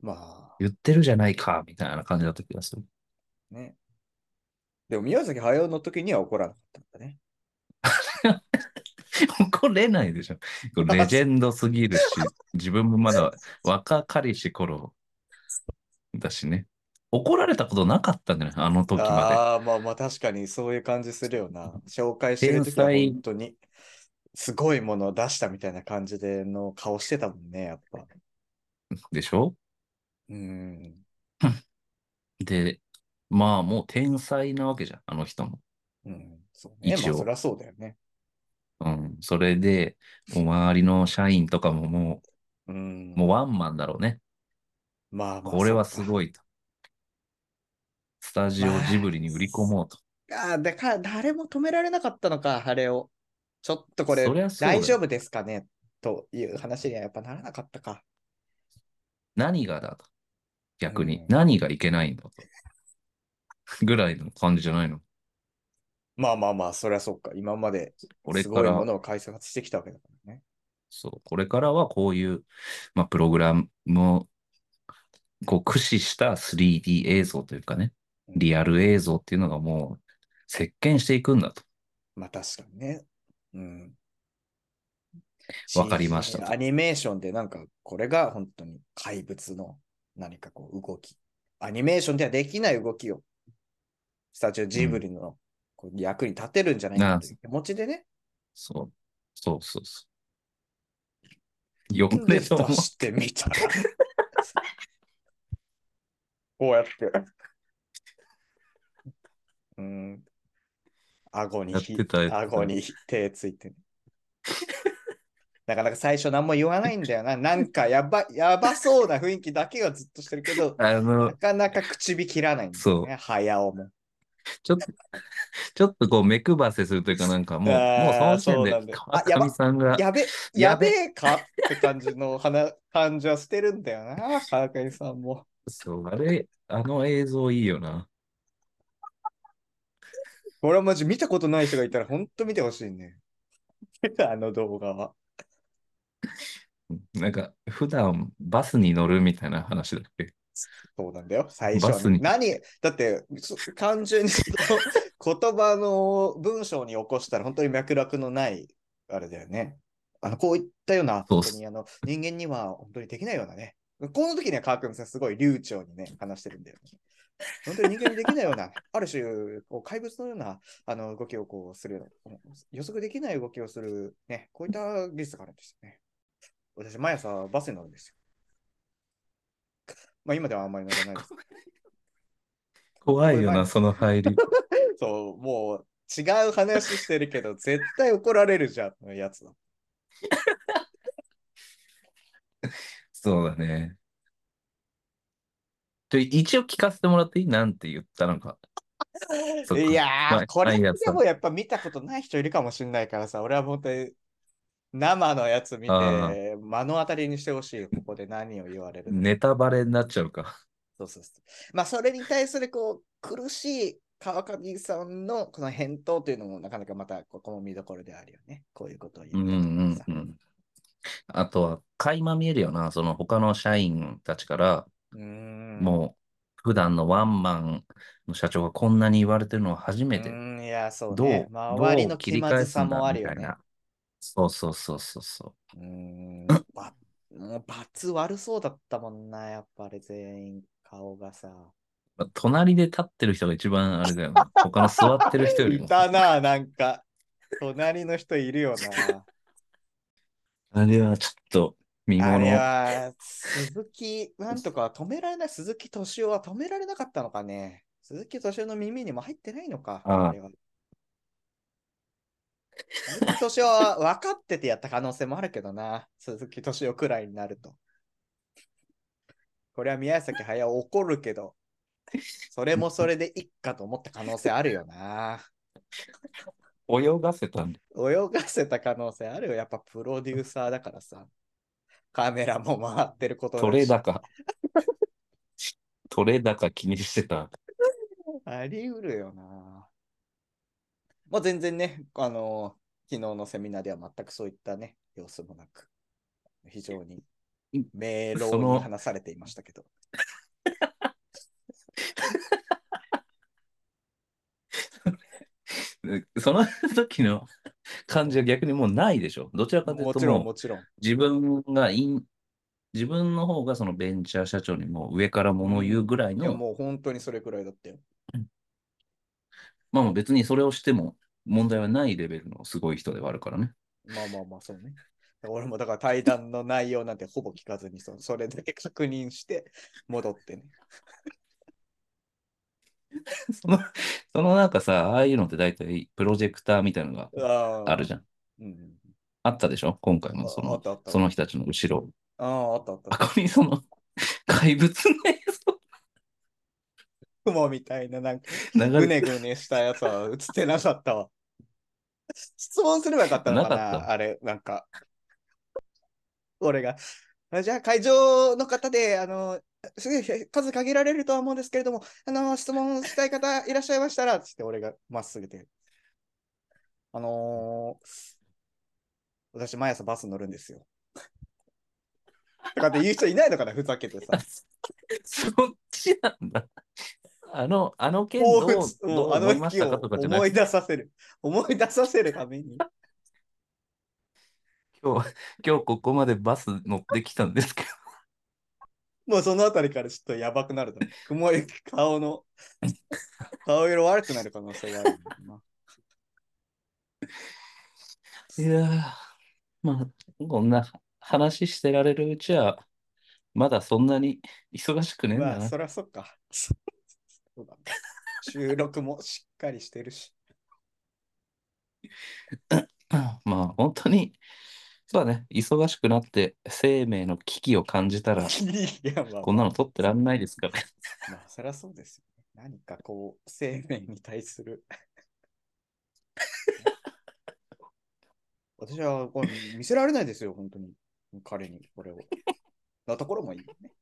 [SPEAKER 3] まあ
[SPEAKER 1] 言ってるじゃないか、みたいな感じだった気がする。
[SPEAKER 3] ね。でも宮崎駿の時には怒らなかったんだね。
[SPEAKER 1] 怒れないでしょ。これレ
[SPEAKER 3] あ、
[SPEAKER 1] ジ
[SPEAKER 3] そ
[SPEAKER 1] ェンドすぎるし、自分もまだ若かりし頃だしね。怒られたことなかったんだよね、あの時まで。
[SPEAKER 3] ああ、まあまあ確かにそういう感じするよな。紹介してるとき
[SPEAKER 1] 天
[SPEAKER 3] は
[SPEAKER 1] 才
[SPEAKER 3] 本当にすごいものを出したみたいな感じでの顔してたもんね、やっぱ。
[SPEAKER 1] でしょ
[SPEAKER 3] うん。
[SPEAKER 1] で、まあもう天才なわけじゃん、あの人も。
[SPEAKER 3] うん。そうね。ま
[SPEAKER 1] 一
[SPEAKER 3] あ
[SPEAKER 1] 応
[SPEAKER 3] そりゃそうだよね。
[SPEAKER 1] うん。それで、もう周りの社員とかもも
[SPEAKER 3] う。
[SPEAKER 1] う、もうんワンマンだろうね。
[SPEAKER 3] まあまあ
[SPEAKER 1] これはす
[SPEAKER 3] い。
[SPEAKER 1] ごいと。スタジ
[SPEAKER 3] ま
[SPEAKER 1] オジ
[SPEAKER 3] あ、
[SPEAKER 1] ブリに売り込もうと。
[SPEAKER 3] ああ、だから誰も止められなかったのか、あれを。ちょっとこ
[SPEAKER 1] そ
[SPEAKER 3] れ
[SPEAKER 1] りゃそう
[SPEAKER 3] 大
[SPEAKER 1] だ
[SPEAKER 3] 丈
[SPEAKER 1] よ。
[SPEAKER 3] 夫ですかねという話にはやっぱならなかったか。
[SPEAKER 1] 何がだと。
[SPEAKER 3] う
[SPEAKER 1] 逆に。
[SPEAKER 3] ん。
[SPEAKER 1] 何がいけないんだと。 ぐらいの感じじゃないの。
[SPEAKER 3] まあまあまあ、そりゃそうか。今まで
[SPEAKER 1] これ
[SPEAKER 3] す
[SPEAKER 1] か
[SPEAKER 3] ごいも
[SPEAKER 1] ら、
[SPEAKER 3] のを開発してきたわけだからね。
[SPEAKER 1] そう、これからはこういう、まあ、プログラムをこう駆使した 3D 映像というかね、
[SPEAKER 3] うん。
[SPEAKER 1] リアル映像っていうのがもう、席巻していくんだと。
[SPEAKER 3] まあ確かにね。うん。
[SPEAKER 1] わかりました
[SPEAKER 3] CG、ア
[SPEAKER 1] と。
[SPEAKER 3] ニメーションでなんか、これが本当に怪物の何かこう動き。アニメーションではできない動きを、スタジオ
[SPEAKER 1] う
[SPEAKER 3] ジブ
[SPEAKER 1] ん。
[SPEAKER 3] リのこう役に立てるんじゃないか
[SPEAKER 1] なあ、
[SPEAKER 3] という気持ちでね、
[SPEAKER 1] そう、そうそうそう。読ん
[SPEAKER 3] で
[SPEAKER 1] で
[SPEAKER 3] 出
[SPEAKER 1] と思っ
[SPEAKER 3] してみたら、 こうやって、うん、顎に
[SPEAKER 1] やっ
[SPEAKER 3] ひ、
[SPEAKER 1] てた、やってた。
[SPEAKER 3] 顎にひ手ついて ね。なかなか最初何も言わないんだよな。なんかやば、やばそうな雰囲気だけはずっとしてるけど、
[SPEAKER 1] あ
[SPEAKER 3] な
[SPEAKER 1] の、
[SPEAKER 3] かなか口火切らないんだよ
[SPEAKER 1] そう、
[SPEAKER 3] ね、早尾も。
[SPEAKER 1] ちょっと、ちょっとこう目配せするというかなんかもう、もうそ
[SPEAKER 3] あ
[SPEAKER 1] の
[SPEAKER 3] あ、
[SPEAKER 1] 時点
[SPEAKER 3] そうな
[SPEAKER 1] で
[SPEAKER 3] んだよ。
[SPEAKER 1] 川
[SPEAKER 3] あ、や
[SPEAKER 1] 上
[SPEAKER 3] ば、
[SPEAKER 1] さんが、
[SPEAKER 3] やべ、や
[SPEAKER 1] や
[SPEAKER 3] べ
[SPEAKER 1] べ、
[SPEAKER 3] えかって感じの話感じはしてるんだよな、川上さんも。
[SPEAKER 1] そう、あれ、あの映像いいよな。
[SPEAKER 3] 俺はマジ見たことない人がいたら、ほんと見てほしいね。あの動画は。
[SPEAKER 1] なんか、普段バスに乗るみたいな話だっけ
[SPEAKER 3] そうなんだよ、最初
[SPEAKER 1] バ
[SPEAKER 3] は
[SPEAKER 1] ス
[SPEAKER 3] ね。
[SPEAKER 1] に。
[SPEAKER 3] 何、だって、そ単純にその 言葉の文章に起こしたら、本当に脈絡のない、あれだよね。あの、こういったような、
[SPEAKER 1] そ
[SPEAKER 3] 本
[SPEAKER 1] うっ
[SPEAKER 3] 当
[SPEAKER 1] す。
[SPEAKER 3] にあの、人間には本当にできないようなね。この時には川上さんすごい流暢にね、話してるんだよね。本当に人間にできないような、 ある種、こう怪物のようなあの動きをこうするような、予測できない動きをする、ね、こういった技術があるんですよね。私、毎朝バスに乗るんですよ。まあ、今ではあんまり乗ら ないです。
[SPEAKER 1] 怖
[SPEAKER 3] こ
[SPEAKER 1] い
[SPEAKER 3] れ
[SPEAKER 1] よ
[SPEAKER 3] 前、
[SPEAKER 1] な、その入り。
[SPEAKER 3] そう、もう違う話してるけど、絶対怒られるじゃん、のやつだ。
[SPEAKER 1] そうだね。ちょ、一応聞かせてもらっていいなんて言ったのか。そっ
[SPEAKER 3] い
[SPEAKER 1] か。
[SPEAKER 3] やー、
[SPEAKER 1] ま、
[SPEAKER 3] これ
[SPEAKER 1] 毎
[SPEAKER 3] で
[SPEAKER 1] 朝。
[SPEAKER 3] もやっぱ見たことない人いるかもしれないからさ、俺は本当に生のやつ見
[SPEAKER 1] ああ、
[SPEAKER 3] て、目の当たりにしてほしいよ、ここで何を言われるのか。
[SPEAKER 1] ネタバレになっちゃうか。
[SPEAKER 3] そうそうそう。まあ、それに対するこう苦しい川上さんのこの返答というのもなかなかまたここも見どころであるよね。こういうことを言
[SPEAKER 1] う
[SPEAKER 3] っ
[SPEAKER 1] ん
[SPEAKER 3] たとか
[SPEAKER 1] うん
[SPEAKER 3] さ。
[SPEAKER 1] うん。あとは、垣間見えるよな。その他の社員たちから、
[SPEAKER 3] うーん。
[SPEAKER 1] もう、普段のワンマンの社長がこんなに言われてるのは初
[SPEAKER 3] う
[SPEAKER 1] めて、
[SPEAKER 3] ーん、いや、そうね。
[SPEAKER 1] どう、
[SPEAKER 3] 周り
[SPEAKER 1] どう切
[SPEAKER 3] の気
[SPEAKER 1] り
[SPEAKER 3] まず
[SPEAKER 1] 返す
[SPEAKER 3] さ
[SPEAKER 1] んだ
[SPEAKER 3] もあ
[SPEAKER 1] み
[SPEAKER 3] るよ
[SPEAKER 1] たい
[SPEAKER 3] ね。
[SPEAKER 1] な。そうそうそうそうそう
[SPEAKER 3] ーん、ば、もう罰悪そうだったもんな、やっぱり全員顔がさ。
[SPEAKER 1] う。隣で立ってる人が一番あれだよな。他の座ってる人より
[SPEAKER 3] い
[SPEAKER 1] も。
[SPEAKER 3] たな、なんか。隣の人いるよな。
[SPEAKER 1] あれはちょっと見
[SPEAKER 3] あれ
[SPEAKER 1] 物。
[SPEAKER 3] は、鈴木なんとかは止められない、鈴木敏夫は止められなかったのかね。鈴木敏夫の耳にも入ってないのか、あ
[SPEAKER 1] あ
[SPEAKER 3] れは。鈴木敏夫は分かっててやった可能性もあるけどな、鈴木敏夫くらいになると。これは宮崎駿怒るけど、それもそれでいっかと思った可能性あるよな。
[SPEAKER 1] あ、泳がせたんだ。
[SPEAKER 3] 泳がせた可能性あるよ、やっぱプロデューサーだからさ。カメラも回ってること
[SPEAKER 1] 取
[SPEAKER 3] だ
[SPEAKER 1] れ
[SPEAKER 3] し、
[SPEAKER 1] 高、取れ高気にしてた。
[SPEAKER 3] あり得るよな。まあ、全然ね、あのー昨日のセミナーでは全くそういったね、様子もなく、非常に明
[SPEAKER 1] そ
[SPEAKER 3] 朗に
[SPEAKER 1] の、
[SPEAKER 3] 話されていましたけど。
[SPEAKER 1] その時の感じは逆にもうないでしょ。どちらかという
[SPEAKER 3] も
[SPEAKER 1] と
[SPEAKER 3] ちろん、
[SPEAKER 1] も
[SPEAKER 3] もちろん。
[SPEAKER 1] う自分がイン自分の方がそのベンチャー社長にも上から
[SPEAKER 3] う。
[SPEAKER 1] 物を言うんぐらい
[SPEAKER 3] いや、
[SPEAKER 1] の、
[SPEAKER 3] もう本当にそれくらいだったよ。
[SPEAKER 1] まあまあ別にそれをしても問題はないレベルのすごい人ではあるからね。
[SPEAKER 3] まあまあまあ、そうね。俺もだから対談の内容なんてほぼ聞かずにそ、それだけ確認して戻ってね。
[SPEAKER 1] その、そのなんかさ、ああいうのって大体プロジェクターみたいなのがあ
[SPEAKER 3] あ
[SPEAKER 1] る
[SPEAKER 3] あ、
[SPEAKER 1] じゃん。
[SPEAKER 3] うん。
[SPEAKER 1] あったでしょ今回のそ
[SPEAKER 3] あ、あっ
[SPEAKER 1] の、
[SPEAKER 3] たあったあっ
[SPEAKER 1] その
[SPEAKER 3] た。
[SPEAKER 1] 人たちの後ろ。
[SPEAKER 3] ああ、あったあったあ
[SPEAKER 1] あ、
[SPEAKER 3] っ
[SPEAKER 1] ここにその 怪物の映
[SPEAKER 3] た。雲みたいな、なんか、
[SPEAKER 1] 像流
[SPEAKER 3] ぐ
[SPEAKER 1] れ
[SPEAKER 3] ね
[SPEAKER 1] て
[SPEAKER 3] ぐねしたやつは映ってなかったわ。 質問すればよかったの
[SPEAKER 1] な
[SPEAKER 3] か
[SPEAKER 1] かった
[SPEAKER 3] なあれ、なんか、俺が。あじゃあ、会場の方で、あの、すごい数限られるとは思うんですけれども、あの、質問したい方いらっしゃいましたら、つって俺がまっすぐで。あのー私、毎朝バス乗るんですよ。とかって言う人いないのかなふざけて
[SPEAKER 1] あ
[SPEAKER 3] さ。
[SPEAKER 1] そそっちなんだ。あの、あの件
[SPEAKER 3] 彷
[SPEAKER 1] どう、
[SPEAKER 3] 彿、も
[SPEAKER 1] ど
[SPEAKER 3] う
[SPEAKER 1] う
[SPEAKER 3] あの
[SPEAKER 1] 思いまし
[SPEAKER 3] 日
[SPEAKER 1] たか
[SPEAKER 3] を
[SPEAKER 1] とかじゃな
[SPEAKER 3] 思
[SPEAKER 1] く
[SPEAKER 3] い出させる。思い出させるために。
[SPEAKER 1] 今日、今日ここまでバス乗ってきたんですけど、
[SPEAKER 3] もうそのあたりからちょっとやばくなると思う。 雲行き顔の、顔色悪くなる可能性があるもんな。
[SPEAKER 1] いやー、まあ、こんな話してられるうちは、まだそんなに忙しくねえん
[SPEAKER 3] ま
[SPEAKER 1] だ
[SPEAKER 3] あ、
[SPEAKER 1] な。
[SPEAKER 3] そりゃそっか。そうだね収録もしっかりしてる し。
[SPEAKER 1] まあ、本当に、そうだね、忙しくなって生命の危機を感じたら、
[SPEAKER 3] いや、まあ
[SPEAKER 1] こん
[SPEAKER 3] ま
[SPEAKER 1] な
[SPEAKER 3] あ、
[SPEAKER 1] の取ってらんないですから。
[SPEAKER 3] まあ、そりゃそうですよね。何かこう、生命に対する。私はこれ見せられないですよ、本当に。彼にこれを。なところもいいよね。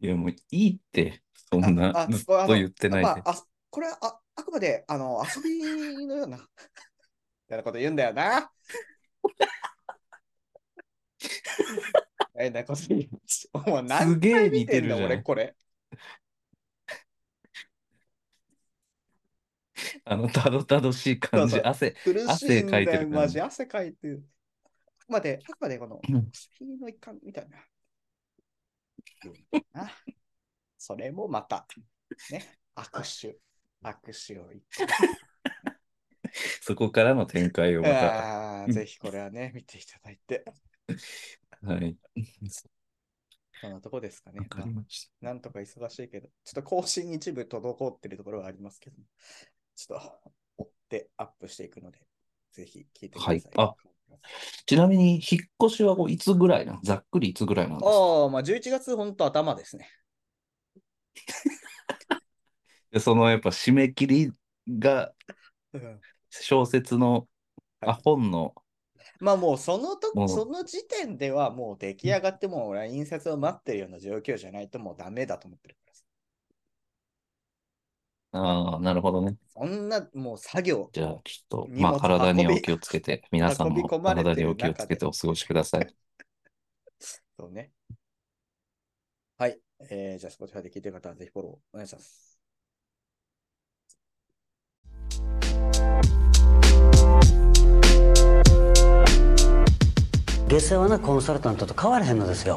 [SPEAKER 1] いや、もういいって、そん
[SPEAKER 3] あ、
[SPEAKER 1] な、
[SPEAKER 3] あ、
[SPEAKER 1] ずっ
[SPEAKER 3] これあ
[SPEAKER 1] と言っ
[SPEAKER 3] の、
[SPEAKER 1] て
[SPEAKER 3] あ
[SPEAKER 1] な
[SPEAKER 3] ま
[SPEAKER 1] いで。
[SPEAKER 3] あ、あ、これはあ、あくまで、あの、遊びのような、み たいなこと言うんだよな。 みたいなこと言います。 お前何
[SPEAKER 1] すげ
[SPEAKER 3] 回
[SPEAKER 1] え
[SPEAKER 3] 見
[SPEAKER 1] 似
[SPEAKER 3] て
[SPEAKER 1] て
[SPEAKER 3] ん
[SPEAKER 1] る
[SPEAKER 3] だ、
[SPEAKER 1] じゃ
[SPEAKER 3] 俺、
[SPEAKER 1] ん。
[SPEAKER 3] これ。
[SPEAKER 1] あの、たどたどしい
[SPEAKER 3] そう
[SPEAKER 1] 感
[SPEAKER 3] そ
[SPEAKER 1] じ、
[SPEAKER 3] う。
[SPEAKER 1] 汗、
[SPEAKER 3] 苦し
[SPEAKER 1] 汗
[SPEAKER 3] い
[SPEAKER 1] か
[SPEAKER 3] ん
[SPEAKER 1] い
[SPEAKER 3] だ
[SPEAKER 1] て
[SPEAKER 3] よ、
[SPEAKER 1] る
[SPEAKER 3] マ
[SPEAKER 1] 感
[SPEAKER 3] ジ。
[SPEAKER 1] じ。
[SPEAKER 3] 汗かいてる。あくまで、あくまでこの、
[SPEAKER 1] うん
[SPEAKER 3] 遊びの一環みたいな。言うんだよな。それもまた、ね、握手。握手を一回。
[SPEAKER 1] そこからの展開をまた。
[SPEAKER 3] ああ、
[SPEAKER 1] うん
[SPEAKER 3] ぜひこれはね、見ていただいて。
[SPEAKER 1] はい。
[SPEAKER 3] そんなとこですか
[SPEAKER 1] わ
[SPEAKER 3] ね。
[SPEAKER 1] か
[SPEAKER 3] ま
[SPEAKER 1] り
[SPEAKER 3] あ、
[SPEAKER 1] まし
[SPEAKER 3] なんとか忙しいけど、ちょっと更新一部滞ってるところはありますけど、ちょっと追ってアップしていくので、ぜひ聞いて
[SPEAKER 1] た。
[SPEAKER 3] く
[SPEAKER 1] は
[SPEAKER 3] だ
[SPEAKER 1] い。
[SPEAKER 3] さい。
[SPEAKER 1] あ、ちなみに、引っ越しはこういつぐらいなのざっくりいつぐらいなんですか
[SPEAKER 3] ああ、まあ11月本当頭ですね。
[SPEAKER 1] でそのやっぱ締め切りが
[SPEAKER 3] うん
[SPEAKER 1] 小説の、
[SPEAKER 3] は
[SPEAKER 1] あ、
[SPEAKER 3] い。
[SPEAKER 1] 本の、
[SPEAKER 3] まあもうそのと、そ
[SPEAKER 1] も
[SPEAKER 3] の時点ではもう出来上がってもう俺は印刷を待ってるような状況じゃないともうダメだと思ってるからさ。
[SPEAKER 1] う、ああ、なるほどね。
[SPEAKER 3] そんなもう作業、
[SPEAKER 1] じゃあ、ちょっと、
[SPEAKER 3] 荷
[SPEAKER 1] まあ、
[SPEAKER 3] 物
[SPEAKER 1] 体に
[SPEAKER 3] 運
[SPEAKER 1] はお
[SPEAKER 3] び、
[SPEAKER 1] 気をつけて、皆さん
[SPEAKER 3] 運び
[SPEAKER 1] も
[SPEAKER 3] 込まれ
[SPEAKER 1] 体
[SPEAKER 3] て
[SPEAKER 1] にお
[SPEAKER 3] る
[SPEAKER 1] 気をつ
[SPEAKER 3] 中
[SPEAKER 1] けて
[SPEAKER 3] で、
[SPEAKER 1] お過ごしください。
[SPEAKER 3] そうね。はい。えー、じゃあ Spotify で聞いてる方はぜひフォローお願いします。
[SPEAKER 2] 下世話なコンサルタントと変わらへんのですよ